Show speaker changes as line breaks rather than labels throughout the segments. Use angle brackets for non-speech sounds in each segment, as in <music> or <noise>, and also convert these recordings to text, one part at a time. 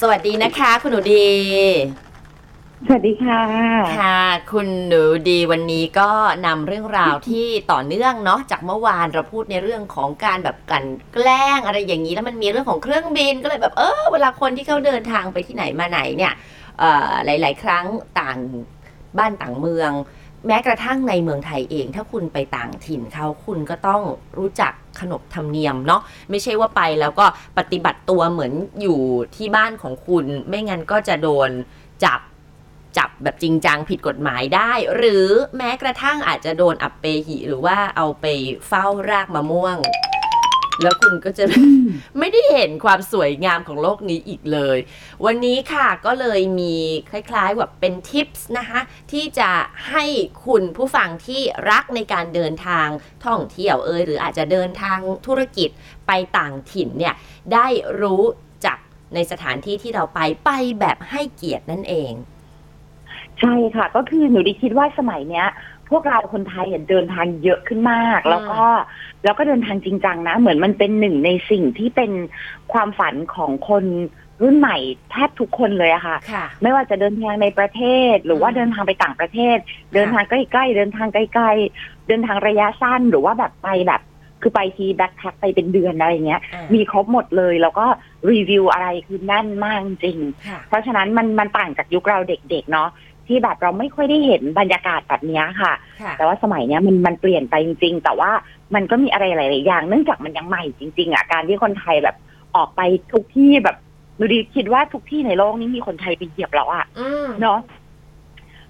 สวัสดีนะคะ คุณหนูดี
สวัสดีค่ะ
ค่ะ คุณหนูดีวันนี้ก็นำเรื่องราวที่ต่อเนื่องเนาะจากเมื่อวานเราพูดในเรื่องของการแบบกลันแกล้งอะไรอย่างนี้แล้วมันมีเรื่องของเครื่องบินก็เลยแบบเออเวลาคนที่เขาเดินทางไปที่ไหนมาไหนเนี่ยเอ่อหลาย ๆ ครั้งต่างบ้านต่างเมือง แม้กระทั่งในเมืองไทยเอง ถ้าคุณไปต่างถิ่นเขาคุณก็ต้องรู้จักขนบธรรมเนียมเนาะไม่ใช่ว่าไปแล้วก็ปฏิบัติตัวเหมือนอยู่ที่บ้านของคุณ ไม่งั้นก็จะโดน จับจับแบบจริงจังผิดกฎหมายได้ หรือแม้กระทั่งอาจจะโดนอับเปหิ หรือว่าเอาไปเฝ้ารากมะม่วง แล้วคุณก็จะ <laughs> ไม่ได้เห็นความสวยงามของโลกนี้อีกเลย วันนี้ค่ะก็เลยมีคล้ายๆแบบเป็นทิปส์นะคะ ที่จะให้คุณผู้ฟังที่รักในการเดินทางท่องเที่ยวเอยหรืออาจจะเดินทางธุรกิจไปต่างถิ่นเนี่ย ได้รู้จักในสถานที่ที่เราไปไปแบบให้เกียรตินั่นเอง
ใช่ค่ะ ก็คือหนูดีคิดว่าสมัยเนี้ย พวกเราคนไทยเนี่ยเดินทางเยอะขึ้นมาก
อืม
แล้วก็แล้วก็เดินทางจริงจังนะ เหมือนมันเป็นหนึ่งในสิ่งที่เป็นความฝันของคนรุ่นใหม่แทบทุกคนเลยอะค่ะ
ค่ะ
ไม่ว่าจะเดินทางในประเทศ หรือว่า
อืม
เดินทางไปต่างประเทศ เดินทางใกล้ๆเดินทางไกลๆเดินทางระยะสั้นหรือว่าแบบไปแบบ คือไปทีแบ็คแพ็คไปเป็นเดือนอะไรอย่างเงี้ย
อ่ะ
มีครบหมดเลย แล้วก็รีวิวอะไรคือแน่นมากจริง
ค่ะ
เพราะฉะนั้นมันมันต่างจากยุคเราเด็กๆเนาะที่แบบเราไม่ค่อยได้เห็นบรรยากาศแบบเนี้ยค่ะ
ค่ะ
แต่ว่าสมัยเนี้ยมันมันเปลี่ยนไปจริงๆ แต่ว่ามันก็มีอะไรหลายๆอย่าง เนื่องจากมันยังใหม่จริงๆอ่ะการที่คนไทยแบบออกไปทุกที่แบบดูดีคิดว่าทุกที่ในโลกนี้มีคนไทยไปเหยียบแล้วอ่ะ
อืม
เนาะ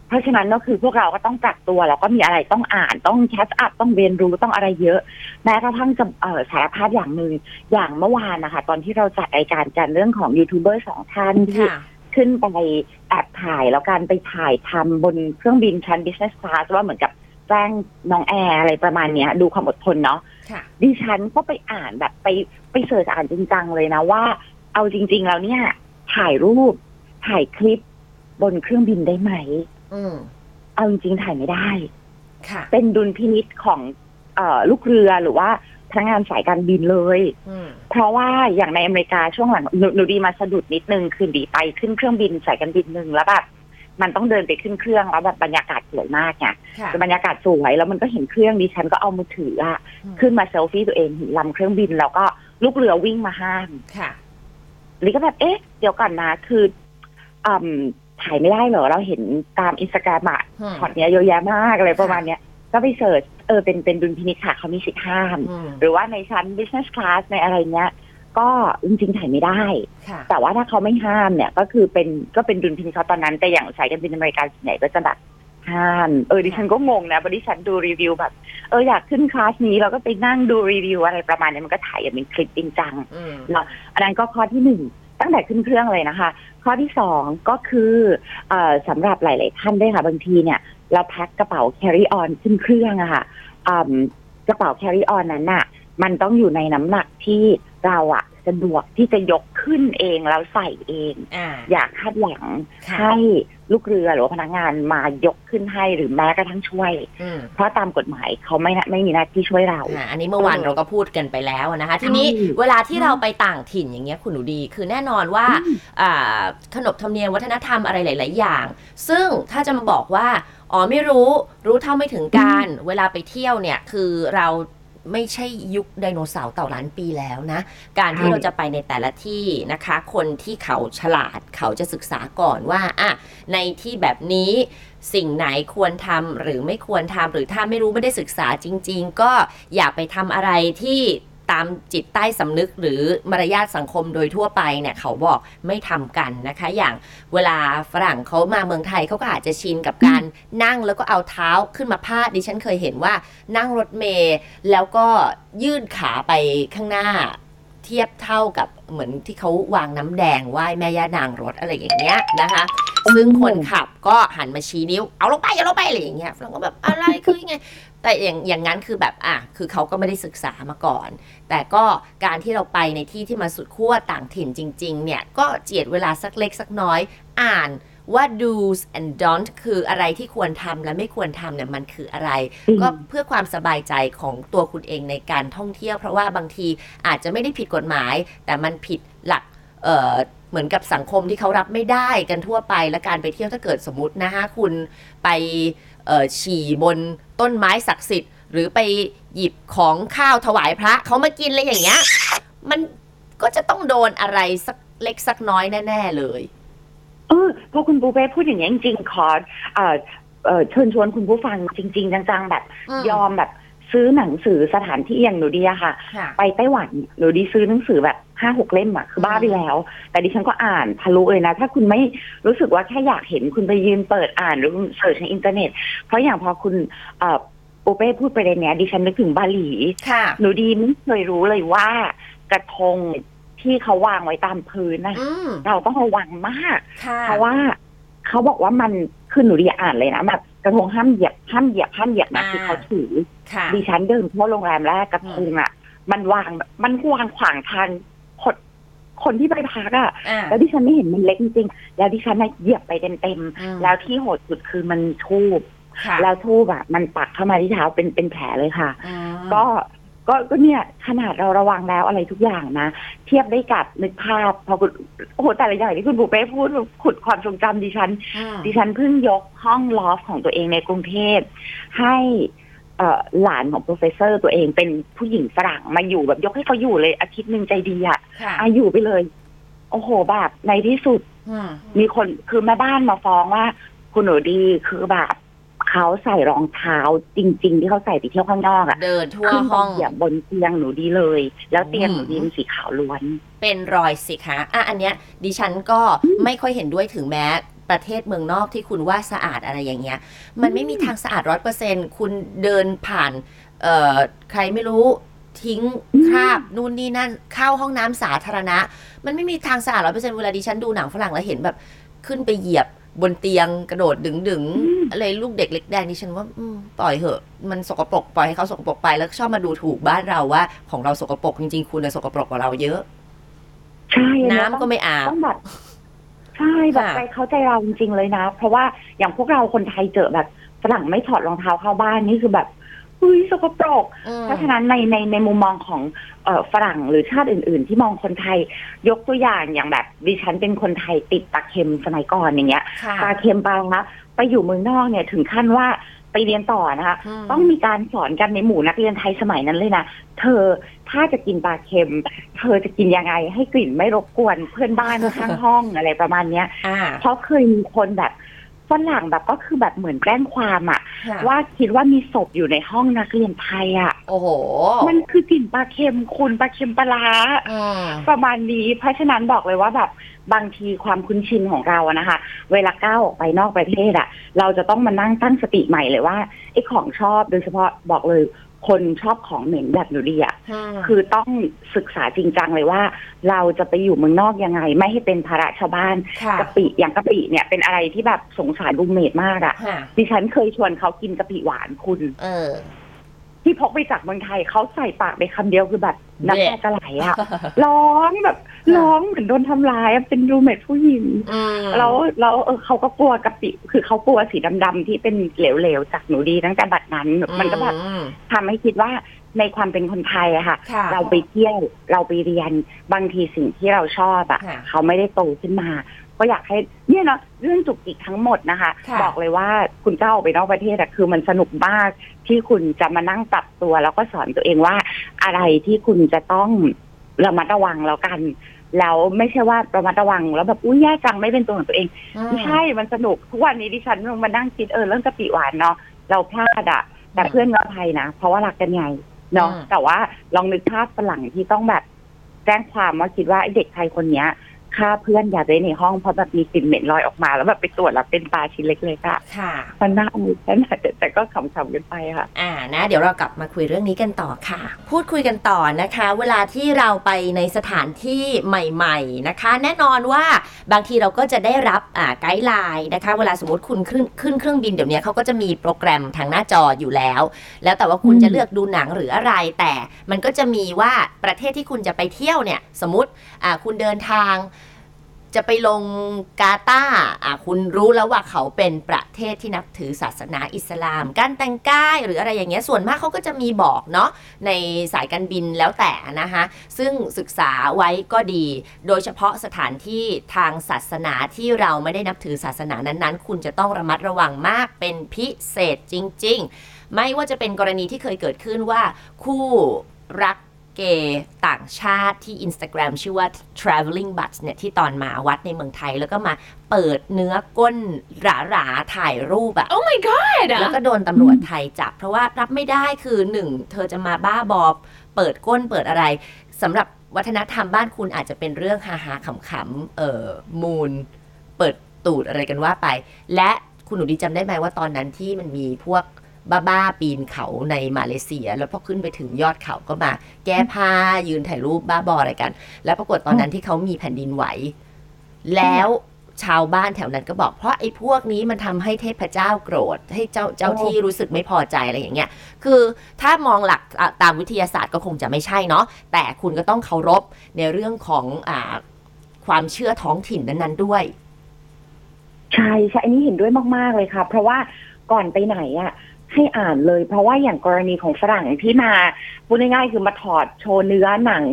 เพราะฉะนั้นก็คือพวกเราก็ต้องปรับตัวแล้วก็มีอะไรต้องอ่านต้องแคสอัพต้องเรียนรู้ต้องอะไรเยอะ แม้กระทั่งจะเอ่อสารภาพอย่างหนึ่งอย่างเมื่อวานนะคะตอนที่เราจัดรายการกันเรื่องของยูทูบเบอร์สองท่านที่
ค่ะ
ขึ้นไปแอบถ่ายแล้วการไปถ่ายทำบนเครื่องบินชั้น business class ว่าเหมือนกับแกล้งน้องแอร์อะไรประมาณเนี้ย ดูความอดทนเนาะ
ค่ะ
ดิฉันก็ไปอ่านแบบไปไปเสิร์ชอ่านจริงจังเลยนะว่า เอาจริง ๆ แล้วเนี่ย ถ่ายรูปถ่ายคลิปบนเครื่องบินได้ไหม
อืม
เอาจริงๆถ่ายไม่ได้
ค่ะ
เป็นดุลพินิษของเออลูกเรือหรือว่าพนักงานสายการบินเลย
อืม
เพราะว่าอย่างในอเมริกาช่วงหลังหนูหนูดีมาสะดุดนิดนึงคือดีไปขึ้นเครื่องบินสายการบินหนึ่งแล้วแบบมันต้องเดินไปขึ้นเครื่องแล้วแบบบรรยากาศสวยมากไง
ค่ะ
บรรยากาศสวยแล้วมันก็เห็นเครื่องดิฉันก็เอามือถืออะขึ้นมาเซลฟี่ตัวเองเห็นลำเครื่องบิน แล้วก็ลูกเรือวิ่งมาห้าม
ค่ะ
นี่ก็แบบเอ๊ะเดี๋ยวก่อนนะคืออืมถ่ายไม่ได้เหรอเราเห็นตามอินสตาแกรมอะ
อืม
ช็อตเนี้ยเยอะแยะมากอะไรประมาณเนี้ยก็ไปเสิร์ชเออเป็นเป็นดุลพินิจค่ะเขามีสิทธิ์ห้าม
อืม
หรือว่าในชั้น business class ในอะไรเนี้ย ก็จริงๆถ่ายไม่ได้
ค่ะ
แต่ว่าถ้าเขาไม่ห้ามเนี่ย ก็คือเป็นก็เป็นดุลพินิจเขาตอนนั้น แต่อย่างสายการบินอเมริกันส่วนใหญ่ก็จะแบบห้ามเออดิฉันก็งงนะเพราะดิฉันดูรีวิวแบบ เอออยากขึ้นคลาสนี้เราก็ไปนั่งดูรีวิวอะไรประมาณเนี้ยมันก็ถ่ายอย่างเป็นคลิปจริงจัง
อืม
เนาะ อันนั้นก็ข้อที่หนึ่งตั้งแต่ขึ้นเครื่องเลยนะคะ ข้อที่สองก็คือเออสำหรับหลาย ๆ ท่านด้วยค่ะ บางทีเนี่ยเราแพ็คกระเป๋า carry on ขึ้นเครื่องอะค่ะอืมกระเป๋า carry on นั้นน่ะ มันต้องอยู่ในน้ำหนักที่เราอะสะดวกที่จะยกขึ้นเองแล้วใส่เอง
อ่า
อยากคาดหวัง
ค่ะ
ให้ลูกเรือหรือว่าพนักงานมายกขึ้นให้หรือแม้กระทั่งช่วย
อืม
เพราะตามกฎหมายเขาไม่ไม่มีหน้าที่ช่วยเรา
อ่าอันนี้เมื่อวานเราก็พูดกันไปแล้วนะคะ ทีนี้
ใช่
เวลาที่เราไปต่างถิ่นอย่างเงี้ยคุณหนูดีคือแน่นอนว่าอ่าขนบธรรมเนียมวัฒนธรรมอะไรหลาย ๆ อย่าง ซึ่งถ้าจะมาบอกว่าอ๋อไม่รู้รู้เท่าไม่ถึงการ เวลาไปเที่ยวเนี่ยคือเราไม่ใช่ยุคไดโนเสาร์เต่าล้านปีแล้วนะ การที่เราจะไปในแต่ละที่นะคะ คนที่เขาฉลาดเขาจะศึกษาก่อนว่าอ่ะในที่แบบนี้ สิ่งไหนควรทำหรือไม่ควรทำหรือถ้าไม่รู้ไม่ได้ศึกษาจริง ๆ ก็อย่าไปทำอะไรที่ตามจิตใต้สำนึกหรือมารยาทสังคมโดยทั่วไปเนี่ยเขาบอกไม่ทำกันนะคะ อย่างเวลาฝรั่งเขามาเมืองไทยเขาก็อาจจะชินกับการนั่งแล้วก็เอาเท้าขึ้นมาพาดดิฉันเคยเห็นว่านั่งรถเมล์แล้วก็ยื่นขาไปข้างหน้า เทียบเท่ากับเหมือนที่เขาวางน้ำแดงไหว้แม่ย่านางรถอะไรอย่างเงี้ยนะคะ ซึ่งคนขับก็หันมาชี้นิ้ว เอาลงไปเอาลงไปอะไรอย่างเงี้ยเราก็แบบอะไรคือยังไง แต่อย่างอย่างนั้นคือแบบอ่ะคือเขาก็ไม่ได้ศึกษามาก่อน แต่ก็การที่เราไปในที่ที่มาสุดขั้วต่างถิ่นจริง ๆ เนี่ย ก็เจียดเวลาสักเล็กสักน้อย อ่านว่า do's and don't คืออะไรที่ควรทำและไม่ควรทำเนี่ยมันคืออะไร ก็เพื่อความสบายใจของตัวคุณเองในการท่องเที่ยว เพราะว่าบางทีอาจจะไม่ได้ผิดกฎหมาย แต่มันผิดหลักเอ่อ เหมือนกับสังคมที่เขารับไม่ได้กันทั่วไปและการไปเที่ยวถ้าเกิดสมมตินะฮะคุณไปเอ่อฉี่บนต้นไม้ศักดิ์สิทธิ์ หรือไปหยิบของข้าวถวายพระเขามากินอะไรอย่างเงี้ย มันก็จะต้องโดนอะไรสักเล็กสักน้อยแน่ ๆ เลย
เออพอคุณปูเป้พูดอย่างนี้ยจริงๆขอเอ่อเอ่อเชิญชวนคุณผู้ฟังจริง ๆ จังๆแบบ ยอมแบบซื้อหนังสือสถานที่อย่างหนูดีอะค่ะ
ค่ะ
ไปไต้หวันหนูดีซื้อหนังสือแบบห้าหกเล่มอะคือบ้าไปแล้ว แต่ดิฉันก็อ่านทะลุเลยนะ ถ้าคุณไม่รู้สึกว่าแค่อยากเห็นคุณไปยืนเปิดอ่านหรือคุณเสิร์ชในอินเทอร์เน็ต เพราะอย่างพอคุณเอ่อปูเป้พูดประเด็นเนี้ยดิฉันนึกถึงบาหลี
ค่ะ
หนูดีไม่เคยรู้เลยว่ากระทงที่เขาวางไว้ตามพื้นนะ
อืม
เราต้องระวังมาก
ค่ะ
เพราะว่าเขาบอกว่ามันคือหนูดีอ่านเลยนะแบบกระทงห้ามเหยียบห้ามเหยียบห้ามเหยียบนะคือเขาถือ
ค่ะ
ดิฉันเดินเข้าโรงแรมแรกกระทงอ่ะ มันวางแบบมันวางขวางทางคนคนที่ไปพักอ่ะ
อ่า
แล้วดิฉันไม่เห็นมันเล็กจริงๆแล้วดิฉันน่ะเหยียบไปเต็ม
อืม
ๆแล้วที่โหดสุดคือมันทูบ
ค่ะ
แล้วทูบอ่ะมันปักเข้ามาที่เท้าเป็นเป็นแผลเลยค่ะ
อืม
ก็ก็ก็เนี่ยขนาดเราระวังแล้วอะไรทุกอย่างนะ เทียบได้กับนึกภาพพอคุณโอ้โหแต่ละอย่างที่คุณบุเป้พูดขุดความทรงจำดิฉัน
อืม
ดิฉันเพิ่งยกห้องลอฟของตัวเองในกรุงเทพให้เอ่อหลานของโปรเฟสเซอร์ตัวเองเป็นผู้หญิงฝรั่งมาอยู่แบบยกให้เขาอยู่เลยอาทิตย์หนึ่งใจดีอะ
ค่ะ
อาอยู่ไปเลย โอ้โหแบบในที่สุด
อืม
มีคนคือแม่บ้านมาฟ้องว่า คุณหนูดีคือแบบเขาใส่รองเท้าจริง ๆ ที่เขาใส่ไปเที่ยวข้างนอกอะ
เดินทั่ว
ขึ้นไป
ห้อง
เหยียบบนเตียงหนูดีเลย แล้วเตียง
อืม
หนูดีเป็นสีขาวล้วน
เป็นรอยสิคะอ่ะอันเนี้ยดิฉันก็
อืม
ไม่ค่อยเห็นด้วยถึงแม้ประเทศเมืองนอกที่คุณว่าสะอาดอะไรอย่างเงี้ย มันไม่มีทางสะอาดร้อยเปอร์เซ็นคุณเดินผ่านเอ่อใครไม่รู้ทิ้ง
อืม
คราบนู่นนี่นั่นเข้าห้องน้ำสาธารณะ มันไม่มีทางสะอาดร้อยเปอร์เซ็นเวลาดิฉันดูหนังฝรั่งแล้วเห็นแบบขึ้นไปเหยียบบนเตียงกระโดดดึงดึงๆ อะไรลูกเด็กเล็กแดงนี่ฉันว่าอืมปล่อยเหอะ มันสกปรกปล่อยให้เขาสกปรกไปแล้วชอบมาดูถูกบ้านเราว่า ของเราสกปรกจริงๆ คุณน่ะสกปรกกว่าเราเยอะ
ใช่อั
น้ำ
เยต้อง
ก็ไม่อาบ
ต้องแบบใช่แบบ
ค่ะ
ใจเขาใจเราจริงๆเลยนะ เพราะว่าอย่างพวกเราคนไทยเจอแบบฝรั่งไม่ถอดรองเท้าเข้าบ้านนี่คือแบบเฮ้ยสกปรก
อืม
เพราะฉะนั้นในในในมุมมองของเออฝรั่งหรือชาติอื่น ๆ ที่มองคนไทย ยกตัวอย่างอย่างแบบดิฉันเป็นคนไทยติดตาเค็มสมัยก่อนอย่างเงี้ย
ค่ะ
ตาเค็มบางนะไปอยู่เมืองนอกเนี่ยถึงขั้นว่าไปเรียนต่อนะคะ
ม
ต้องมีการสอนกันในหมู่นักเรียนไทยสมัยนั้นเลยนะ เธอถ้าจะกินปลาเค็ม เธอจะกินยังไง ให้กลิ่นไม่รบกวนเพื่อนบ้าน ข้างห้องอะไรประมาณเนี้ย
อ่า
เพราะเคยมีคนแบบฝรั่งแบบก็คือแบบเหมือนแกล้งความอะ
ค่ะ
ว่าคิดว่ามีศพอยู่ในห้องนักเรียนไทยอะ
โอ้โห
มันคือกลิ่นปลาเค็มคุณปลาเค็มปลาร้า
อืม
ประมาณนี้ เพราะฉะนั้นบอกเลยว่าแบบบางทีความคุ้นชินของเราอะนะคะ เวลาก้าวออกไปนอกประเทศอะเราจะต้องมานั่งตั้งสติใหม่เลยว่าไอ้ของชอบโดยเฉพาะบอกเลยคนชอบของเหม็นแบบหนูดีอะคือต้องศึกษาจริงจังเลยว่า เราจะไปอยู่เมืองนอกยังไง ไม่ให้เป็นภาระชาวบ้าน
ค่ะ
กะปิอย่างกะปิเนี่ยเป็นอะไรที่แบบสงสารรูมเมทมากอะ
ค่ะ
ดิฉันเคยชวนเขากินกะปิหวานคุณ
เออ
ที่พกไปจากเมืองไทยเขาใส่ปากไปคำเดียวคือแบบน้ำ
เละ
ตาจะไหลอะ ร้องแบบร้องเหมือนโดนทำร้ายอะเป็นรูมเมทผู้หญิง
อืม
แล้วแล้วเออเขาก็กลัวกะปิ คือเขากลัวสีดำๆที่เป็นเหลวๆจากหนูดีตั้งแต่บัดนั้น มันก็แบบ
อืม
ทำให้คิดว่าในความเป็นคนไทยอะค่ะ
ค่ะ
เราไปเที่ยวเราไปเรียนบางทีสิ่งที่เราชอบอะ
ค่ะ
เขาไม่ได้โตขึ้นมา ก็อยากให้เนี่ยเนาะเรื่องจุกจิกทั้งหมดนะคะ
ค่ะ
บอกเลยว่าคุณเจ้าออกไปนอกประเทศอะคือมันสนุกมากที่คุณจะมานั่งปรับตัว แล้วก็สอนตัวเองว่าอะไรที่คุณจะต้องระมัดระวังแล้วกัน แล้วไม่ใช่ว่าระมัดระวังแล้วแบบอุ้ยแย่จังไม่เป็นตัวของตัวเอง
อืม
ไม่ใช่ มันสนุก ทุกวันนี้ดิฉันลงมานั่งคิดเออเรื่องกะปิหวานเนาะ เราพลาดอะแต่
อืม
เพื่อนเราไทยนะ เพราะว่ารักกันไงเนาะ
อืม
แต่ว่าลองนึกภาพฝรั่งที่ต้องแบบ แจ้งความว่าคิดว่าไอ้เด็กไทยคนเนี้ยฆ่าเพื่อนอย่าไว้ในห้องเพราะแบบมีกลิ่นเหม็นลอยออกมาแล้วแบบไปตรวจแล้วเป็นปลาชิ้นเล็กๆอะ
ค่ะ
มันน่าอายแค่ไหนแต่แต่ก็ขำๆกันไปค่ะ
อ่านะเดี๋ยวเรากลับมาคุยเรื่องนี้กันต่อค่ะ พูดคุยกันต่อนะคะ เวลาที่เราไปในสถานที่ใหม่ ๆนะคะ แน่นอนว่าบางทีเราก็จะได้รับอ่าไกด์ไลน์นะคะ เวลาสมมติคุณขึ้นขึ้นเครื่องบินเดี๋ยวนี้เขาก็จะมีโปรแกรมทางหน้าจออยู่แล้ว แล้วแต่ว่าคุณ
อืม
จะเลือกดูหนังหรืออะไร แต่มันก็จะมีว่าประเทศที่คุณจะไปเที่ยวเนี่ย สมมติอ่าคุณเดินทาง จะไปลงกาตาร์อ่ะคุณรู้แล้วว่าเขาเป็นประเทศที่นับถือศาสนาอิสลาม การแต่งกายหรืออะไรอย่างเงี้ยส่วนมากเขาก็จะมีบอกเนาะในสายการบินแล้วแต่นะคะซึ่งศึกษาไว้ก็ดี โดยเฉพาะสถานที่ทางศาสนาที่เราไม่ได้นับถือศาสนานั้นๆ คุณจะต้องระมัดระวังมากเป็นพิเศษจริง ๆ ไม่ว่าจะเป็นกรณีที่เคยเกิดขึ้นว่าคู่รักเกย์ต่างชาติที่ Instagram ชื่อว่า traveling butts เนี่ย ที่ตอนมาวัดในเมืองไทยแล้วก็มาเปิดเนื้อก้นหราๆ ถ่ายรูปอะ
Oh my god
แล้วก็โดนตำรวจไทยจับ เพราะว่ารับไม่ได้คือหนึ่งเธอจะมาบ้าบอเปิดก้นเปิดอะไรสำหรับวัฒนธรรมบ้านคุณอาจจะเป็นเรื่องฮาฮาขำๆเอ่อมูล เปิดตูดอะไรกันว่าไป และคุณหนูดีจำได้ไหมว่าตอนนั้นที่มันมีพวกบ้าๆปีนเขาในมาเลเซีย แล้วพอขึ้นไปถึงยอดเขาก็มาแก้ผ้ายืนถ่ายรูปบ้าบออะไรกัน แล้วปรากฏตอนนั้นที่เขามีแผ่นดินไหว แล้วชาวบ้านแถวนั้นก็บอกเพราะไอ้พวกนี้มันทำให้เทพเจ้าโกรธ ให้เจ้าเจ้าที่รู้สึกไม่พอใจอะไรอย่างเงี้ย คือถ้ามองหลักอ่ะตามวิทยาศาสตร์ก็คงจะไม่ใช่เนาะแต่คุณก็ต้องเคารพในเรื่องของอาความเชื่อท้องถิ่นนั้นๆด้วย
ใช่ใช่อันนี้เห็นด้วยมาก ๆ เลยค่ะ เพราะว่าก่อนไปไหนอ่ะ ให้อ่านเลย เพราะว่าอย่างกรณีของฝรั่งที่มาพูดง่ายๆคือมาถอดโชว์เนื้อหนัง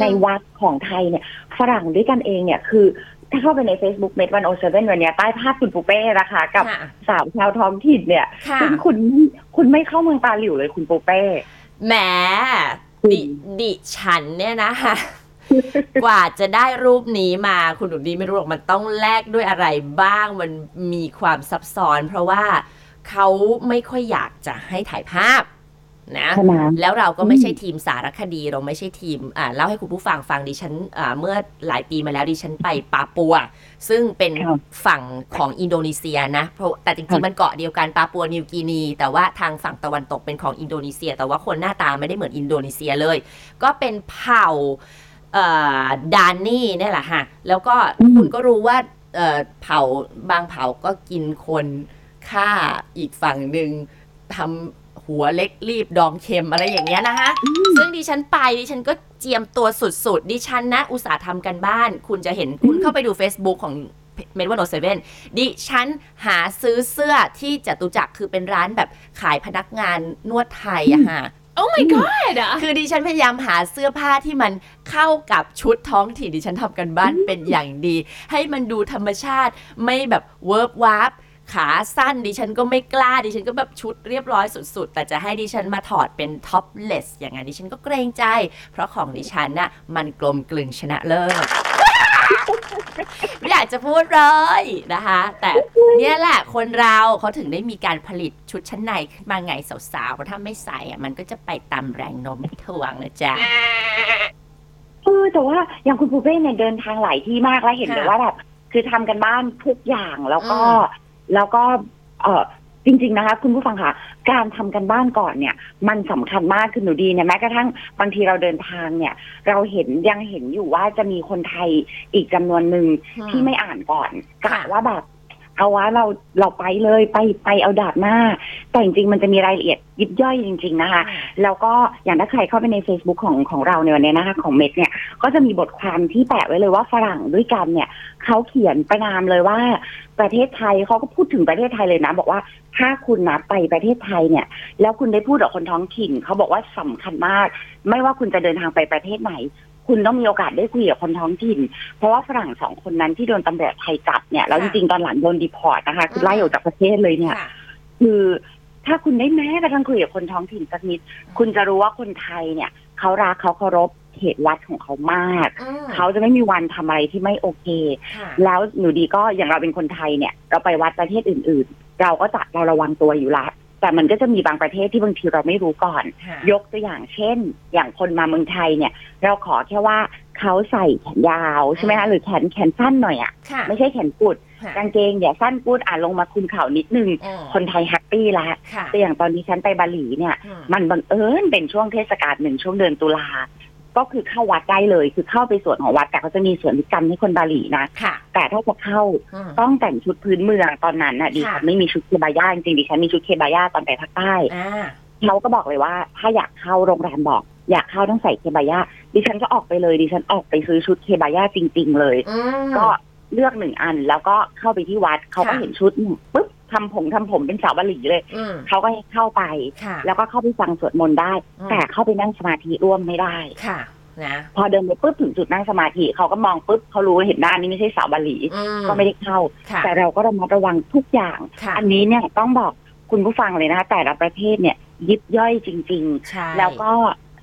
ในวัดของไทยเนี่ยฝรั่งด้วยกันเองเนี่ยคือ ถ้าเข้าไปใน Facebook เมดวันโอเซเว่นวันเนี้ยใต้ภาพคุณปูเป้นะคะ กับ
ค่ะ
สาวชาวท้องถิ่นเนี่ย
ค่ะ
ซึ่งคุณคุณไม่เข้าเมืองปาหลิวเลยคุณปูเป้
แหมดิดิฉันเนี่ยนะคะ <laughs> กว่าจะได้รูปนี้มาคุณหนุ่มดีไม่รู้หรอกมันต้องแลกด้วยอะไรบ้างมันมีความซับซ้อน เพราะว่าเขาไม่ค่อยอยากจะให้ถ่ายภาพนะ
ใช่ไหม
แล้วเราก็ไม่ใช่ทีมสารคดีเราไม่ใช่ทีมอ่าเล่าให้คุณผู้ฟังฟังดิฉันอ่าเมื่อหลายปีมาแล้วดิฉันไปปาปัว ซึ่งเป็น
ครับ
ฝั่งของอินโดนีเซียนะเพราะแต่จ
ค
ริ
รั
ง
บ
ๆมันเกาะเดียวกันปาปัวนิวกินี แต่ว่าทางฝั่งตะวันตกเป็นของอินโดนีเซีย แต่ว่าคนหน้าตาไม่ได้เหมือนอินโดนีเซียเลย ก็เป็นเผ่าเอ่อดานนี่เนี่ยแหละฮะแล้วก็
อืม
คุณก็รู้ว่าเอ่อเผ่าบางเผ่าก็กินคนฆ่าอีกฝั่งหนึ่งทำหัวเล็กรีบดองเค็มอะไรอย่างเงี้ยนะคะ ซึ่งดิฉันไปดิฉันก็เจียมตัวสุดๆ ดิฉันนะอุตส่าห์ทำกันบ้าน คุณจะเห็นคุณเข้าไปดู Facebook ของเมดวันโอเซเว่นดิฉันหาซื้อเสื้อที่จตุจักรคือเป็นร้านแบบขายพนักงานนวดไทยอะค่ะ
Oh my god อ่ะ
คือดิฉันพยายามหาเสื้อผ้าที่มันเข้ากับชุดท้องถิ่นดิฉันทำกันบ้านเป็นอย่างดี ให้มันดูธรรมชาติไม่แบบเวิร์บวับขาสั้นดิฉันก็ไม่กล้าดิฉันก็แบบชุดเรียบร้อยสุดๆ แต่จะให้ดิฉันมาถอดเป็นท็อปเลสอย่างนั้นดิฉันก็เกรงใจ เพราะของดิฉันน่ะมันกลมกลึงชนะเลิศ ไม่อยากจะพูดเลยนะคะ แต่เนี่ยแหละคนเราเขาถึงได้มีการผลิตชุดชั้นในขึ้นมาไงสาวๆเพราะถ้าไม่ใส่อะมันก็จะไปตามแรงโน้มถ่วงนะจ๊ะ
เออแต่ว่าอย่างคุณปูเป้เนี่ยเดินทางหลายที่มากแล้วเห็น
ค่ะ
เลยว่าแบบคือทำกันบ้านทุกอย่างแล้วก็
อืม
แล้วก็เออจริง ๆนะคะ คุณผู้ฟังค่ะการทำกันบ้านก่อนเนี่ย มันสำคัญมากคือหนูดีเนี่ยแม้กระทั่งบางทีเราเดินทางเนี่ย เราเห็นยังเห็นอยู่ว่าจะมีคนไทยอีกจำนวนหนึ่ง ที่ไม่อ่านก่อนกะ
ค่ะ
ว่าแบบเอาวะเราเราไปเลยไปไปเอาดาบหน้า แต่จริงๆ มันจะมีรายละเอียดยิบย่อยจริง ๆ นะคะ แล้วก็อย่างถ้าใครเข้าไปใน Facebook ของของเราในวันนี้นะคะของเม็ดเนี่ยก็จะมีบทความที่แปะไว้เลยว่าฝรั่งด้วยกันเนี่ยเขาเขียนประนามเลยว่าประเทศไทยเขาก็พูดถึงประเทศไทยเลยนะ บอกว่าถ้าคุณนะไปประเทศไทยเนี่ย แล้วคุณได้พูดกับคนท้องถิ่นเขาบอกว่าสำคัญมาก ไม่ว่าคุณจะเดินทางไปประเทศไหน คุณต้องมีโอกาสได้คุยกับคนท้องถิ่น เพราะว่าฝรั่งสองคนนั้นที่โดนตำรวจไทยจับเนี่ยแล้วจริงๆตอนหลังโดนดีพอร์ตนะคะคือไล่ออกจากประเทศเลยเนี่ย
ค่ะ
คือถ้าคุณได้แม้กระทั่งคุยกับคนท้องถิ่นสักนิด คุณจะรู้ว่าคนไทยเนี่ยเขารักเขาเคารพเขตวัดของเขามาก
อืม
เขาจะไม่มีวันทำอะไรที่ไม่โอเค
ค่ะ
แล้วหนูดีก็อย่างเราเป็นคนไทยเนี่ย เราไปวัดประเทศอื่น ๆ เราก็จะเราระวังตัวอยู่ละแต่มันก็จะมีบางประเทศที่บางทีเราไม่รู้ก่อน
ค่ะ
ยกตัวอย่างเช่น อย่างคนมาเมืองไทยเนี่ย เราขอแค่ว่าเขาใส่แขนยาวใช่ไหมคะหรือแขนแขนสั้นหน่อยอะ
ค่ะ
ไม่ใช่แขนกุด
ค่ะ
กางเกงอย่าสั้นกุดอ่ะลงมาคลุมเข่านิดนึง
อืม
คนไทยแฮปปี้ละ
ค่ะ
แต่อย่างตอนที่ฉันไปบาหลีเนี่ย
อืม
มันบังเอิญเป็นช่วงเทศกาลหนึ่งช่วงเดือนตุลา ก็คือเข้าวัดได้เลย คือเข้าไปสวนของวัดแต่เขาจะมีสวนที่กันให้คนบาหลีนะ
ค่ะ
แต่ถ้าจะเข้า
อืม
ต้องแต่งชุดพื้นเมืองตอนนั้นน่ะดิฉัน
ค่ะ
ไม่มีชุดเคบาย่าจริงๆดิฉันมีชุดเคบาย่าตอนไปภาคใต้
อ่า
เขาก็บอกเลยว่า ถ้าอยากเข้าโรงแรมบอก อยากเข้าต้องใส่เคบาย่าดิฉันก็ออกไปเลยดิฉันออกไปซื้อชุดเคบาย่าจริง ๆ เลย
อืม
ก็ เลือกหนึ่งอัน แล้วก็เข้าไปที่วัดเขาก็
ค่ะ
เห็นชุดปุ๊บทำผมทำผมเป็นสาวบาหลีเลย
อืม
เขาก็ให้เข้าไป
ค่ะ
แล้วก็เข้าไปฟังสวดมนต์ได้
อืม
แต่เข้าไปนั่งสมาธิร่วมไม่ได้
ค่ะนะ
พอเดินไปปุ๊บถึงจุดนั่งสมาธิเขาก็มองปุ๊บเขารู้เห็นหน้านี่ไม่ใช่สาวบาหลี
อื
ก็ไม่ได้เข้า
ค่ะ
แต่เราก็ระมัดระวังทุกอย่าง
ค่ะ
อันนี้เนี่ยต้องบอกคุณผู้ฟังเลยนะคะแต่ละประเทศเนี่ยยิบย่อยจริง
ใช่
ๆ แล้วก็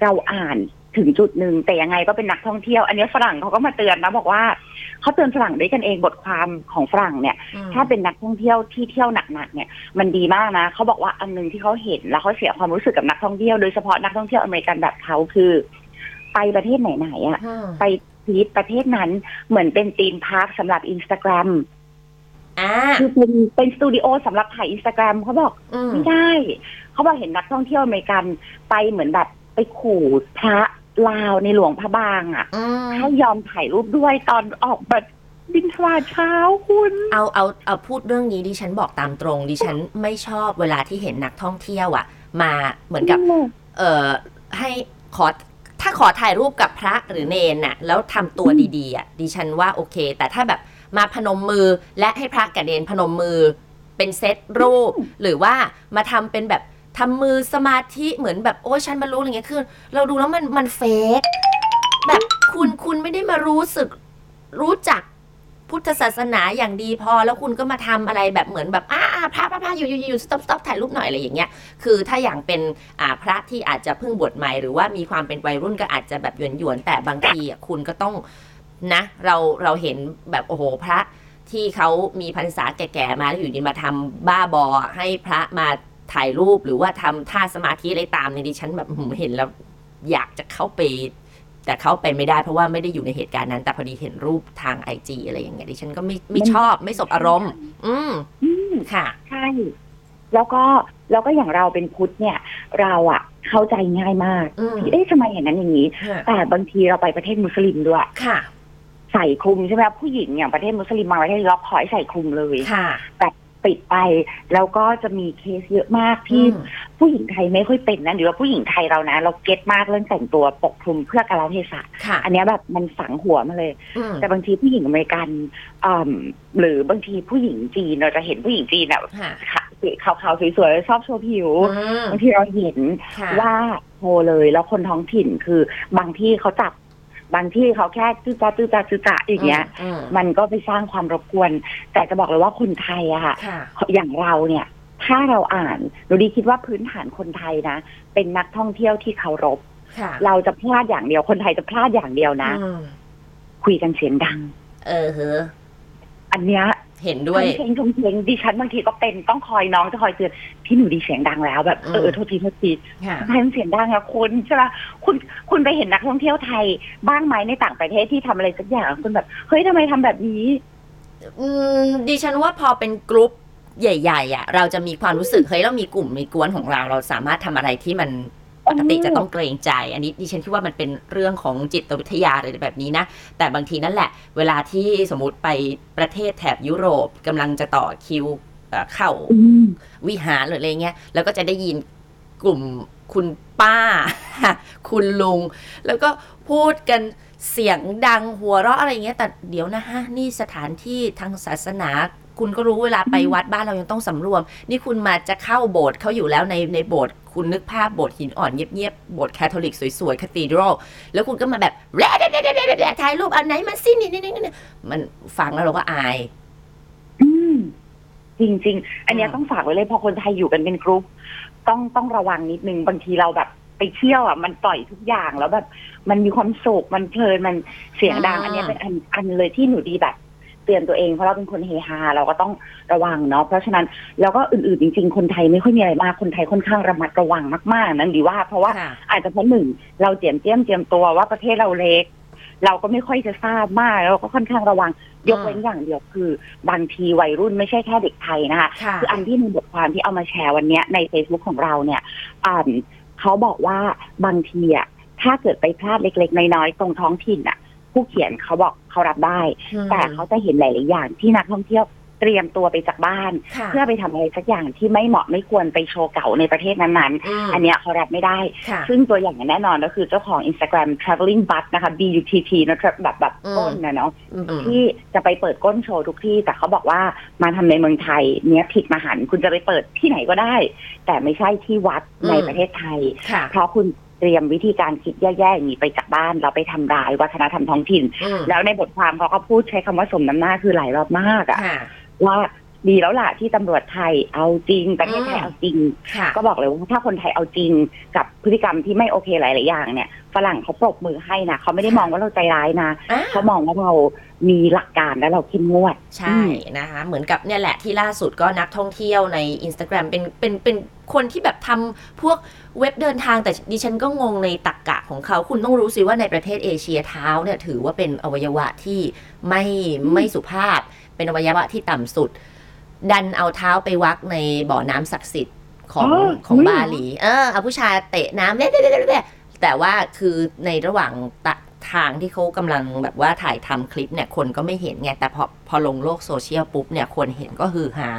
เราอ่านถึงจุดหนึ่งแต่ยังไงก็เป็นนักท่องเที่ยว อันนี้ฝรั่งเขาก็มาเตือนนะบอกว่าเขาเตือนฝรั่งด้วยกันเองบทความของฝรั่งเนี่ย
อืม
ถ้าเป็นนักท่องเที่ยวที่เที่ยวหนักๆเนี่ยมันดีมากนะเขาบอกว่าอันหนึงที่เขาเห็นแล้วเขาเสียความรู้สึกกับนักท่องเที่ยวโดยเฉพาะนักท่องเที่ยวอเมริกันแบบเขาคือ ไปประเทศไหนๆอะ
อืม
ไปทีทประเทศนั้นเหมือนเป็นธีมพาร์คสำหรับอินสตาแกรม
อ่า
คือเป็นเป็นสตูดิโอสำหรับถ่ายอินสตาแกรมเขาบอก
อืม
ไม่ได้ เขาบอกเห็นนักท่องเที่ยวอเมริกันไปเหมือนแบบไปขู่พระลาวในหลวงพระบางอะ่ะ
อืม
ให้ยอมถ่ายรูปด้วยตอนออกแบบบินทบาทเช้าคุณ
เอาเอาเอาพูดเรื่องนี้ดิฉันบอกตามตรง ดิฉันไม่ชอบเวลาที่เห็นนักท่องเที่ยวอะมาเหมือนกับเออให้ขอถ้าขอถ่ายรูปกับพระหรือเนนน่ะแล้วทำตัวดีๆอะดิฉันว่าโอเค แต่ถ้าแบบมาพนมมือและให้พระกับเนนพนมมือเป็นเซตรูป หรือว่ามาทำเป็นแบบทำมือสมาธิเหมือนแบบโอ้ยฉันบรรลุอะไรเงี้ยคือเราดูแล้วมันมันเฟก แบบคุณคุณไม่ได้มารู้สึกรู้จักพุทธศาสนาอย่างดีพอ แล้วคุณก็มาทำอะไรแบบเหมือนแบบอ้าอ่าพระพระพระอยู่อยู่อยู่สต็อปสต็อปถ่ายรูปหน่อยอะไรอย่างเงี้ยคือถ้าอย่างเป็นอ่าพระที่อาจจะเพิ่งบวชใหม่หรือว่ามีความเป็นวัยรุ่นก็อาจจะแบบหยวนหยวนๆแต่บางทีอ่ะคุณก็ต้องนะ เราเราเห็นแบบโอ้โหพระที่เขามีพรรษาแก่ๆมาแล้วอยู่ดีมาทำบ้าบอให้พระมาถ่ายรูปหรือว่าทำท่าสมาธิอะไรตามในยดิฉันแบบหืมเห็นแล้ว อยากจะเข้าไป แต่เข้าไปไม่ได้เพราะว่าไม่ได้อยู่ในเหตุการณ์นั้น แต่พอดีเห็นรูปทางไอจีอะไรอย่างเงี้ยดิฉันก็ไม่ไม่ชอบไม่สบอารมณ์ อืม
อืม
ค่ะ
ใช่ แล้วก็แล้วก็อย่างเราเป็นพุทธเนี่ย เราอะเข้าใจง่ายมาก
อืม
ที่เอ๊ะทำไมอย่างนั้นอย่างนี้ แต่บางทีเราไปประเทศมุสลิมด้วย
ค่ะ
ใส่คลุมใช่ไหมผู้หญิงอย่างประเทศมุสลิมบางประเทศล็อกขอให้ใส่คลุมเลย
ค่ะ
ปิดไป แล้วก็จะมีเคสเยอะมาก
อื
ที่
ม
ผู้หญิงไทยไม่ค่อยเป็นนะหรือว่าผู้หญิงไทยเรานะ เราเก็ตมากเรื่องแต่งตัวปกคลุมเพื่อกาลเทศะ
ค่ะ
อันเนี้ยแบบมันฝังหัวมาเลย
อืม
แต่บางทีผู้หญิงอเมริกันอ่ำหรือบางทีผู้หญิงจีนเราจะเห็นผู้หญิงจีนอะ
ค่ะ
ขาขาวๆสวยๆชอบโชว์ผิว
อืม
บางทีเราเห็น
ค่ะ
ว่าโทรเลยแล้วคนท้องถิ่นคือบางที่เขาจับ บางที่เขาแค่จื้อจ้าจื้อจ้าจื้อจ้าอย่างเงี้ย
อืม
มันก็ไปสร้างความรบกวน แต่จะบอกเลยว่าคนไทยอะค่ะ
ค่ะ
อย่างเราเนี่ย ถ้าเราอ่านหนูดีคิดว่าพื้นฐานคนไทยนะ เป็นนักท่องเที่ยวที่เคารพ
ค่ะ
เราจะพลาดอย่างเดียวคนไทยจะพลาดอย่างเดียวนะ
อืม
คุยกันเสียงดัง
เออเฮอ
อันเนี้ย
เห็นด้วย
ชงชงเชงดิฉันบางทีก็เป็นต้องคอยน้องจะคอยเตือนพี่หนูดีเสียงดังแล้วแบบเออเออโทษทีโทษที
ค่ะ
ไทยมันเสียงดังอะคุณใช่ปะคุณคุณไปเห็นนักท่องเที่ยวไทยบ้างไหมในต่างประเทศที่ทำอะไรสักอย่างคุณแบบ เฮ้ยทำไมทำแบบนี้
อืมดิฉันว่าพอเป็นกรุ๊ปใหญ่ๆอ่ะเราจะมีความรู้สึกเฮ้ยเรามีกลุ่มมีกวนของเราเราสามารถทำอะไรที่มัน ปกติจะต้องเกรงใจ อันนี้ดิฉันคิดว่ามันเป็นเรื่องของจิตวิทยาอะไรแบบนี้นะ แต่บางทีนั่นแหละ เวลาที่สมมติไปประเทศแถบยุโรปกำลังจะต่อคิวเอ่อเข้า
อืม
วิหารหรืออะไรเงี้ย แล้วก็จะได้ยินกลุ่มคุณป้า <laughs> คุณลุง แล้วก็พูดกันเสียงดังหัวเราะอะไรเงี้ย แต่เดี๋ยวนะฮะ นี่สถานที่ทางศาสนา คุณก็รู้เวลาไปวัดบ้านเรายังต้องสำรวม นี่คุณมาจะเข้าโบสถ์เขาอยู่แล้วในในโบสถ์คุณนึกภาพโบสถ์หินอ่อนเงียบๆ โบสถ์คาทอลิกสวยๆ คาตีดรอลแล้วคุณก็มาแบบ <laughs> แร่ๆๆๆๆถ่ายรูปอันไหนมาสินี่นี่นี่มันฟังแล้วเราก็อาย
อืม จริง ๆ อันเนี้ย
อืม
ต้องฝากไว้เลยพอคนไทยอยู่กันเป็นกรุ๊ปต้องต้องระวังนิดนึงบางทีเราแบบไปเที่ยวอ่ะมันปล่อยทุกอย่างแล้วแบบ มันมีความสุขมันเพลินมันเสียงดัง
อ่า
อันเนี้ยเป็นอันอันเลยที่หนูดีแบบ เตือนตัวเองเพราะเราเป็นคนเฮฮาเราก็ต้องระวังเนาะเพราะฉะนั้นแล้วก็อื่นๆจริง ๆ คนไทยไม่ค่อยมีอะไรมากคนไทยค่อนข้างระมัดระวังมากๆนั่นดีว่าเพราะว่า
ค่ะ
อาจจะเพราะหนึ่งเราเจียมเจียมเจียมตัวว่าประเทศเราเล็ก เราก็ไม่ค่อยจะทราบมากเราก็ค่อนข้างระวังยกเว้นอย่างเดียวคือ บางทีวัยรุ่นไม่ใช่แค่เด็กไทยนะคะ
ค่ะ
คืออันที่มีบทความที่เอามาแชร์วันเนี้ยใน Facebook ของเราเนี่ยอ่านเขาบอกว่าบางทีอ่ะถ้าเกิดไปพลาดเล็กๆ น้อยๆตรงท้องถิ่นอ่ะ ผู้เขียนเขาบอกเขารับได้ แต่เขาจะเห็นหลายๆอย่างที่นักท่องเที่ยว เตรียมตัวไปจากบ้าน
ค่ะ
เพื่อไปทำอะไรสักอย่างที่ไม่เหมาะไม่ควรไปโชว์เก่าในประเทศนั้นๆ อันเนี้ยเขารับไม่ได้
ค่ะ
ซึ่งตัวอย่างแน่นอนก็คือเจ้าของ Instagram traveling bus นะคะ B U T T นะครับแบบแบบ
อืม
ก้นนะเนาะ
อืมอืม
ที่จะไปเปิดก้นโชว์ทุกที่ แต่เขาบอกว่ามาทำในเมืองไทยเนี้ยผิดมหันต์คุณจะไปเปิดที่ไหนก็ได้ แต่ไม่ใช่ที่วัดในประเทศไทย
ค่ะ
เพราะคุณเตรียมวิธีการคิดแย่ๆอย่างนี้ไปจากบ้านเราไปทำร้ายวัฒนธรรมท้องถิ่น
อืม
แล้วในบทความเขาก็พูดใช้คำว่าสมน้ำหน้าคือหลายรอบมากอะ
ค่ะ
ว่าดีแล้วล่ะที่ตำรวจไทยเอาจริงประเทศไทย
อืม
เอาจริง
ค่ะ
ก็บอกเลยว่าถ้าคนไทยเอาจริงกับพฤติกรรมที่ไม่โอเคหลาย ๆ อย่างเนี่ยฝรั่งเขาปรบมือให้นะเขาไม่ได้มองว่าเราใจร้ายนะ
อ่ะ
เขามองว่าเรามีหลักการและเราเข้มงวด
ใช่นะคะ เหมือนกับเนี่ยแหละที่ล่าสุดก็นักท่องเที่ยวใน Instagram เป็นเป็นเป็นคนที่แบบทำพวกเว็บเดินทางแต่ดิฉันก็งงในตักกะของเขา คุณต้องรู้สิว่าในประเทศเอเชียเท้าเนี่ยถือว่าเป็นอวัยวะที่ไม่ไม่สุภาพ เป็นอวัยวะที่ต่ำสุด ดันเอาเท้าไปวักในบ่อน้ำศักดิ์สิทธิ์ของ
อ๋อ
ของ
อุ๊ย
บาหลี เออเอาผู้ชายเตะน้ำเล่นๆๆๆแต่ว่าคือในระหว่างตะทางที่เขากำลังแบบว่าถ่ายทำคลิปเนี่ยคนก็ไม่เห็นไง แต่พอพอลงโลกโซเชียลปุ๊บเนี่ยคนเห็นก็ฮือฮา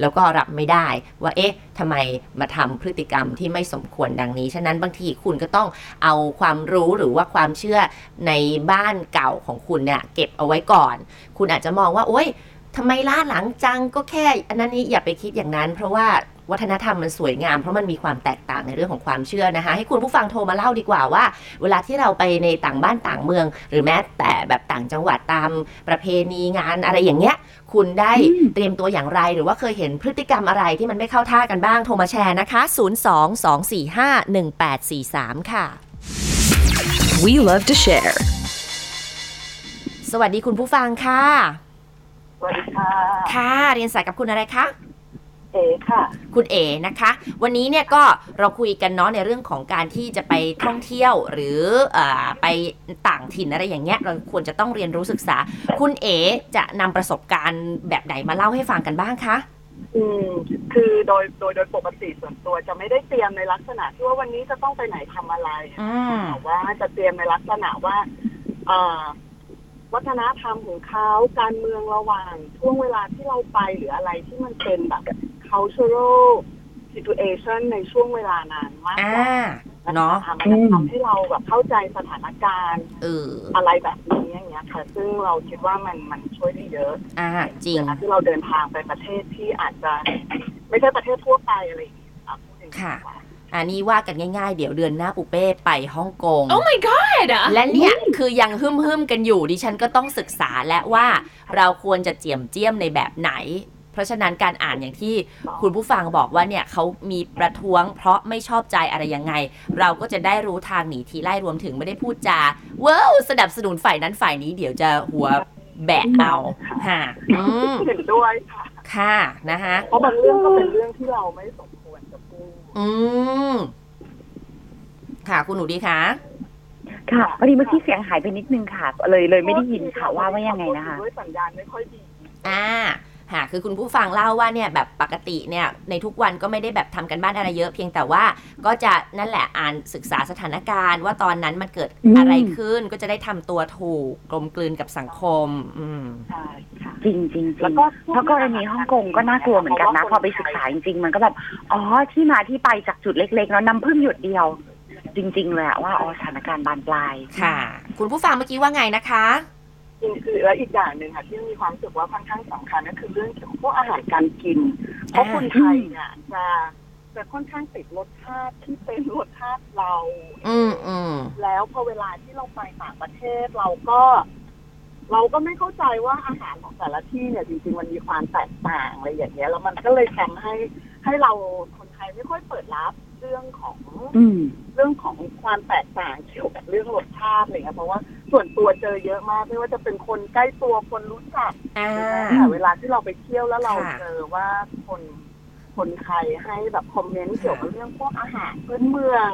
แล้วก็รับไม่ได้ว่าเอ๊ะทำไมมาทำพฤติกรรมที่ไม่สมควรดังนี้ ฉะนั้นบางทีคุณก็ต้องเอาความรู้หรือว่าความเชื่อในบ้านเก่าของคุณเนี่ยเก็บเอาไว้ก่อน คุณอาจจะมองว่าโอ๊ยทำไมล่าหลังจังก็แค่ อันนั้นนี่อย่าไปคิดอย่างนั้น เพราะว่าวัฒนธรรมมันสวยงามเพราะมันมีความแตกต่างในเรื่องของความเชื่อนะคะ ให้คุณผู้ฟังโทรมาเล่าดีกว่าว่า เวลาที่เราไปในต่างบ้านต่างเมือง หรือแม้แต่แบบต่างจังหวัดตามประเพณีงานอะไรอย่างเงี้ย คุณได้
อืม
เตรียมตัวอย่างไร หรือว่าเคยเห็นพฤติกรรมอะไรที่มันไม่เข้าท่ากันบ้างโทรมาแชร์นะคะ 022451843 ค่ะ
We love to share.
สวัสดีคุณผู้ฟังค่ะ
สวัสดีค่ะ
ค่ะเรียนสายกับคุณอะไรคะ
เอค่ะ
คุณเอ๋นะคะ วันนี้เนี่ยก็เราคุยกันเนาะในเรื่องของการที่จะไปท่องเที่ยวหรือเออไปต่างถิ่นอะไรอย่างเงี้ยเราควรจะต้องเรียนรู้ศึกษา คุณเอ๋จะนำประสบการณ์แบบไหนมาเล่าให้ฟังกันบ้างคะ
อืมคือโดยโดยโดยปกติส่วนตัวจะไม่ได้เตรียมในลักษณะที่ว่าวันนี้จะต้องไปไหนทำอะไรอะ
อืม
แต่ว่าจะเตรียมในลักษณะว่าเอ่อวัฒนธรรมของเขาการเมืองระหว่าง ช่วงเวลาที่เราไปหรืออะไรที่มันเป็นแบบ cultural situation ในช่วงเวลานานมาก
อ่า
กว่า
เนอะ
คมันจะทำให้เราแบบเข้าใจสถานการณ์
เออ
อะไรแบบนี้อย่างเงี้ยค่ะ ซึ่งเราคิดว่ามันมันช่วยได้เยอะ
อ่าจริง
นะที่เราเดินทางไปประเทศที่อาจจะไม่ใช่ประเทศทั่วไปอะไรอย่างเงี้ยค่ะพูดอย่างนี้ดีกว่า
อันนี้ว่ากันง่ายๆ เดี๋ยวเดือนหน้าปูเป้ไปฮ่องกง
Oh my god อ่ะ
และเนี่ยคือยังฮึ่มๆกันอยู่ดิฉันก็ต้องศึกษาและว่าเราควรจะเจียมเจียมในแบบไหน เพราะฉะนั้นการอ่านอย่างที่คุณผู้ฟังบอกว่าเนี่ยเขามีประท้วงเพราะไม่ชอบใจอะไรยังไง เราก็จะได้รู้ทางหนีทีไล่รวมถึงไม่ได้พูดจาเว้าวสนับสนุนฝ่ายนั้นฝ่ายนี้เดี๋ยวจะหัวแบะเอาฮะอืม
เห็นด้วยค่ะ
ค่ะนะคะ
เพราะบางเรื่องก็เป็นเรื่องที่เราไม่สมควรจะพูด
อืมค่ะคุณหนูดีคะ
ค่ะพอดีเมื่อกี้เสียงหายไปนิดนึงค่ะ เลยเลยไม่ได้ยินค่ะว่าว่ายังไงนะคะ
ด้วยสัญญาณไม่ค่อยดี
อ่าค่ะคือคุณผู้ฟังเล่าว่าเนี่ยแบบปกติเนี่ยในทุกวันก็ไม่ได้แบบทำกันบ้านอะไรเยอะเพียงแต่ว่าก็จะนั่นแหละอ่านศึกษาสถานการณ์ ว่าตอนนั้นมันเกิด
อืม
อะไรขึ้นก็จะได้ทำตัวถูกกลมกลืนกับสังคมอืม
ใช่ค่ะ
จริงจริงจริ
แล้ว
ง
ก็
เพราะกรณีฮ่องกงก็น่ากลัวเหมือนกันนะ พอไปศึกษาจริงๆ มันก็แบบ อ๋อที่มาที่ไปจากจุดเล็กๆแล้วน้ำพึ่งหยดเดียว จริง ๆ เลยอะว่าอ๋อสถานการณ์บานปลาย
ค่ะ คุณผู้ฟังเมื่อกี้ว่าไงนะคะ
จริงคือและอีกอย่างหนึ่งค่ะ ที่มีความรู้สึกว่าค่อนข้างสำคัญก็คือเรื่องเกี่ยวกับพวกอาหารการกิน เพราะคนไทยเนี่ยจะจะค่อนข้างติดรสชาติที่เป็นรสชาติเรา
อืมอืม
แล้วพอเวลาที่เราไปต่างประเทศเราก็ เราก็ไม่เข้าใจว่าอาหารของแต่ละที่เนี่ยจริงๆมันมีความแตกต่างอะไรอย่างเงี้ยแล้วมันก็เลยทำให้ให้เราคนไทยไม่ค่อยเปิดรับเรื่องของ
อืม
เรื่องของความแตกต่างเกี่ยวกับเรื่องรสชาติอะไรเงี้ยเพราะว่าส่วนตัวเจอเยอะมากไม่ว่าจะเป็นคนใกล้ตัวคนรู้จัก
อ่า
หรือแม้แต่เวลาที่เราไปเที่ยวแล้วเรา
ค่ะ
เจอว่าคนคนไทยให้แบบคอมเมนต์เกี่ยวกับเรื่องพวกอาหารพื้นเมือง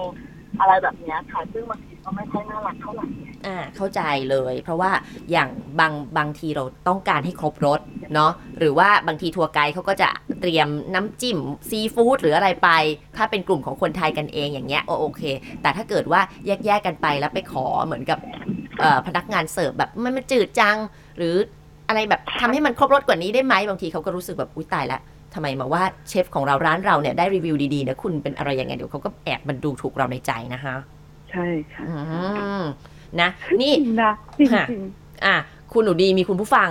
อะไรแบบเนี้ยค่ะซึ่งบางทีก็ไม่ค่อยน่ารักเท่าไหร่
อ่าเข้าใจเลย เพราะว่าอย่างบางบางทีเราต้องการให้ครบรสเนาะหรือว่าบางทีทัวร์ไกด์เขาก็จะเตรียมน้ำจิ้มซีฟู้ดหรืออะไรไป ถ้าเป็นกลุ่มของคนไทยกันเองอย่างเงี้ยโอโอเค แต่ถ้าเกิดว่าแยกๆกันไปแล้วไปขอเหมือนกับเอ่อพนักงานเสิร์ฟแบบมันมันจืดจัง หรือ อะไรแบบทำให้มันครบรสกว่านี้ได้ไหมบางทีเขาก็รู้สึกแบบอุ้ยตายละทำไมมาว่าเชฟของเราร้านเราเนี่ยได้รีวิวดีๆนะคุณเป็นอะไรยังไงเดี๋ยวเขาก็แอบมันดูถูกเราในใจนะคะ
ใช่ค่ะ
อืมนะนี่
จริงนะจริง
ค่ะ
จริง
อ่ะคุณหนูดีมีคุณผู้ฟัง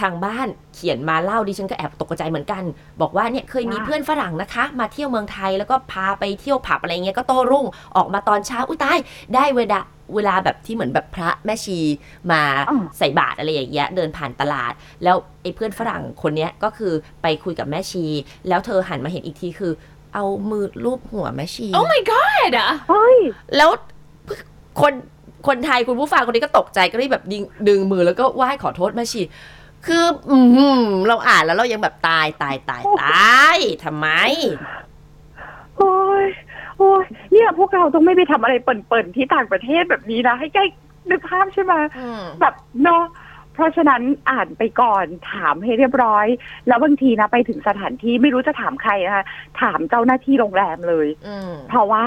ทางบ้านเขียนมาเล่าดิฉันก็แอบตกใจเหมือนกัน บอกว่าเนี่ยเคยมี
ว่า
เพื่อนฝรั่งนะคะ มาเที่ยวเมืองไทยแล้วก็พาไปเที่ยวผับอะไรเงี้ยก็โต้รุ่งออกมาตอนเช้าอุ้ยตายได้เวลาเวลาแบบที่เหมือนแบบพระแม่ชีมา
อ้อ
ใส่บาตรอะไรอย่างเงี้ยเดินผ่านตลาด แล้วไอ้เพื่อนฝรั่งคนเนี้ยก็คือไปคุยกับแม่ชี แล้วเธอหันมาเห็นอีกทีคือ เอามือลูบหัวแม่ชี
Oh my god อ่ะ
เฮ้ย
แล้วคนคนไทยคุณผู้ฟังคนนี้ก็ตกใจก็รีบแบบดึงดึงมือแล้วก็ไหว้ขอโทษแม่ชี คืออือหือเราอ่านแล้วเรายังแบบตายตายตายตายทำไม
โอ้ยโอ้ยเนี่ยพวกเราต้องไม่ไปทำอะไรเปิ่นๆที่ต่างประเทศแบบนี้นะ ให้ใกล้นึกภาพใช่ไหม
อืม
แบบเนาะเพราะฉะนั้นอ่านไปก่อนถามให้เรียบร้อย แล้วบางทีนะไปถึงสถานที่ไม่รู้จะถามใครนะคะถามเจ้าหน้าที่โรงแรมเลย
อืม
เพราะว่า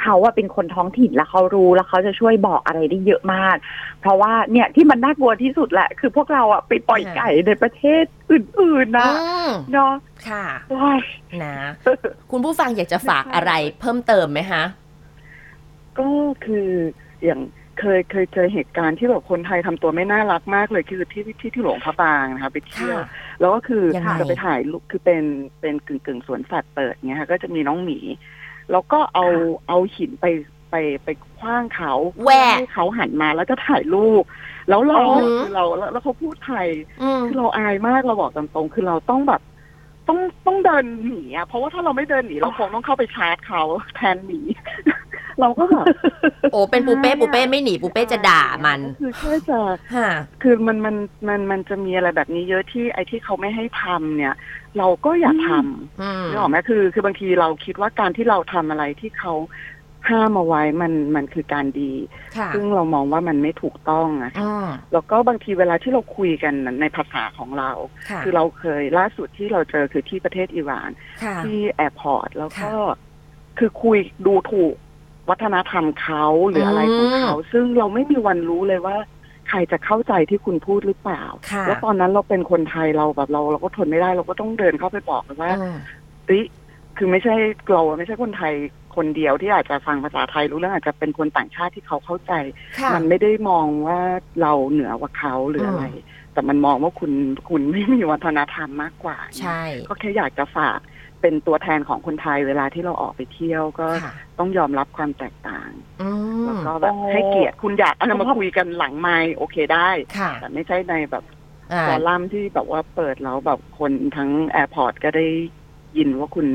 เขาอะเป็นคนท้องถิ่นแล้วเขารู้แล้วเขาจะช่วยบอกอะไรได้เยอะมาก เพราะว่าเนี่ยที่มันน่ากลัวที่สุดแหละ คือพวกเราอะไปปล่อยไก่ในประเทศอื่นๆนะ
อืม
เนาะ
ค่ะ
โอ้ย
นะ
<laughs>
คุณผู้ฟังอยากจะฝากอะไรเพิ่มเติมไหมฮะ
ก็คืออย่างเคยเคยเจอเหตุการณ์ที่แบบคนไทยทำตัวไม่น่ารักมากเลยคือที่ที่ที่หลวงพระบางนะคะไปเที่ยว
ค่ะ
แล้วก็คือ
ยังไง
จะไปถ่ายรูปคือเป็นเป็นกึ่งกึ่งๆสวนสัตว์เปิดเงี้ยค่ะก็จะมีน้องหมี แล้วก็เอาเอาหินไปไปไปคว้างเขา
แหวก
ให้เขาหันมาแล้วจะถ่ายรูปแล้วเรา
อ๋อ
คือเราแล้วแล้วเขาพูดไทย
อืม
คือเราอายมากเราบอกตามตรงคือเราต้องแบบ ต้องต้องเดินหนีอะเพราะว่าถ้าเราไม่เดินหนีเราคงต้องเข้าไปชาร์จเขาแทนหนี <laughs> เราก็แบบ
โอ้เป็นปูเป้ปูเป้ไม่หนีปูเป้จะด่ามัน
คือแค่จะ
ฮะ
คือมันมันมันมันจะมีอะไรแบบนี้เยอะที่ไอ้ที่เขาไม่ให้ทำเนี่ย เราก็อยากท
อืม
ำนึกออกไหมคือคือบางทีเราคิดว่าการที่เราทำอะไรที่เขาห้ามเอาไว้มันมันคือการดี
ค่ะ
ซึ่งเรามองว่ามันไม่ถูกต้องอะ
อืม
แล้วก็บางทีเวลาที่เราคุยกันในภาษาของเรา
ค่ะ
คือเราเคยล่าสุดที่เราเจอคือที่ประเทศอิหร่าน
ค่ะ
ที่แอร์พอร์ตแล้วก็
ค่ะ
คือคุยดูถูกวัฒนธรรมเขาหรืออะไรของเขา ซึ่งเราไม่มีวันรู้เลยว่า ใครจะเข้าใจที่คุณพูดหรือเปล่า
ค่ะ
แล้วตอนนั้นเราเป็นคนไทยเราแบบเรา เราก็ทนไม่ได้เราก็ต้องเดินเข้าไปบอกเลยว่า
อืม
เฮ้ยคือไม่ใช่เราไม่ใช่คนไทยคนเดียวที่อาจจะฟังภาษาไทยรู้เรื่องอาจจะเป็นคนต่างชาติที่เขาเข้าใจ
ค่ะ
มันไม่ได้มองว่าเราเหนือกว่าเขาหรืออะไร แต่มันมองว่าคุณคุณไม่มีวัฒนธรรมมากกว่า
ใช่
ก็แค่อยากจะฝากเป็นตัวแทนของคนไทยเวลาที่เราออกไปเที่ยวก็
ค่ะ
ต้องยอมรับความแตกต่าง
อื
แล้ว
ม
ก็แบบ
โอ้
ให้เกียรติคุณอยากเอามาคุยกันหลังไมค์โอเคได้
ค่ะ
แต่ไม่ใช่ในแบบ
อ่า
ฟอรัมที่แบบว่าเปิดแล้วแบบคนทั้งแอร์พอร์ตก็ได้ยินว่าคุณ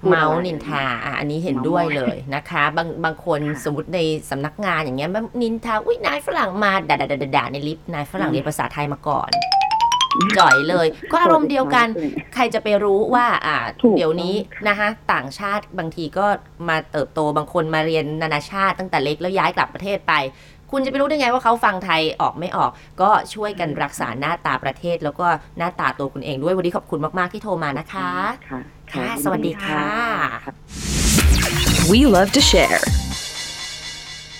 พูดอะไร
เมาส์นินทาอ่ะอันนี้เห็นด้วยเลยนะคะ บางบางคน
ค่ะ
สมมติในสำนักงานอย่างเงี้ยมันนินทา อุ้ยนายฝรั่งมาด่าด่าด่าด่าในลิฟต์นายฝรั่ง
อืม
เรียนภาษาไทยมาก่อน จ่อยเลย ก็อารมณ์เดียวกัน ใครจะไปรู้ว่าอ่า
ถูก
เดี๋ยวนี้นะคะต่างชาติบางทีก็มาเติบโตบางคนมาเรียนนานาชาติตั้งแต่เล็กแล้วย้ายกลับประเทศไป คุณจะไปรู้ได้ไงว่าเขาฟังไทยออกไม่ออก ก็ช่วยกันรักษาหน้าตาประเทศ แล้วก็หน้าตาตัวคุณเองด้วยวันนี้ขอบคุณมากๆที่โทรมานะคะ
ค่ะ
ค่ะ
ยิน
สวัสดีค่ะ
ค่ะ
We love to share.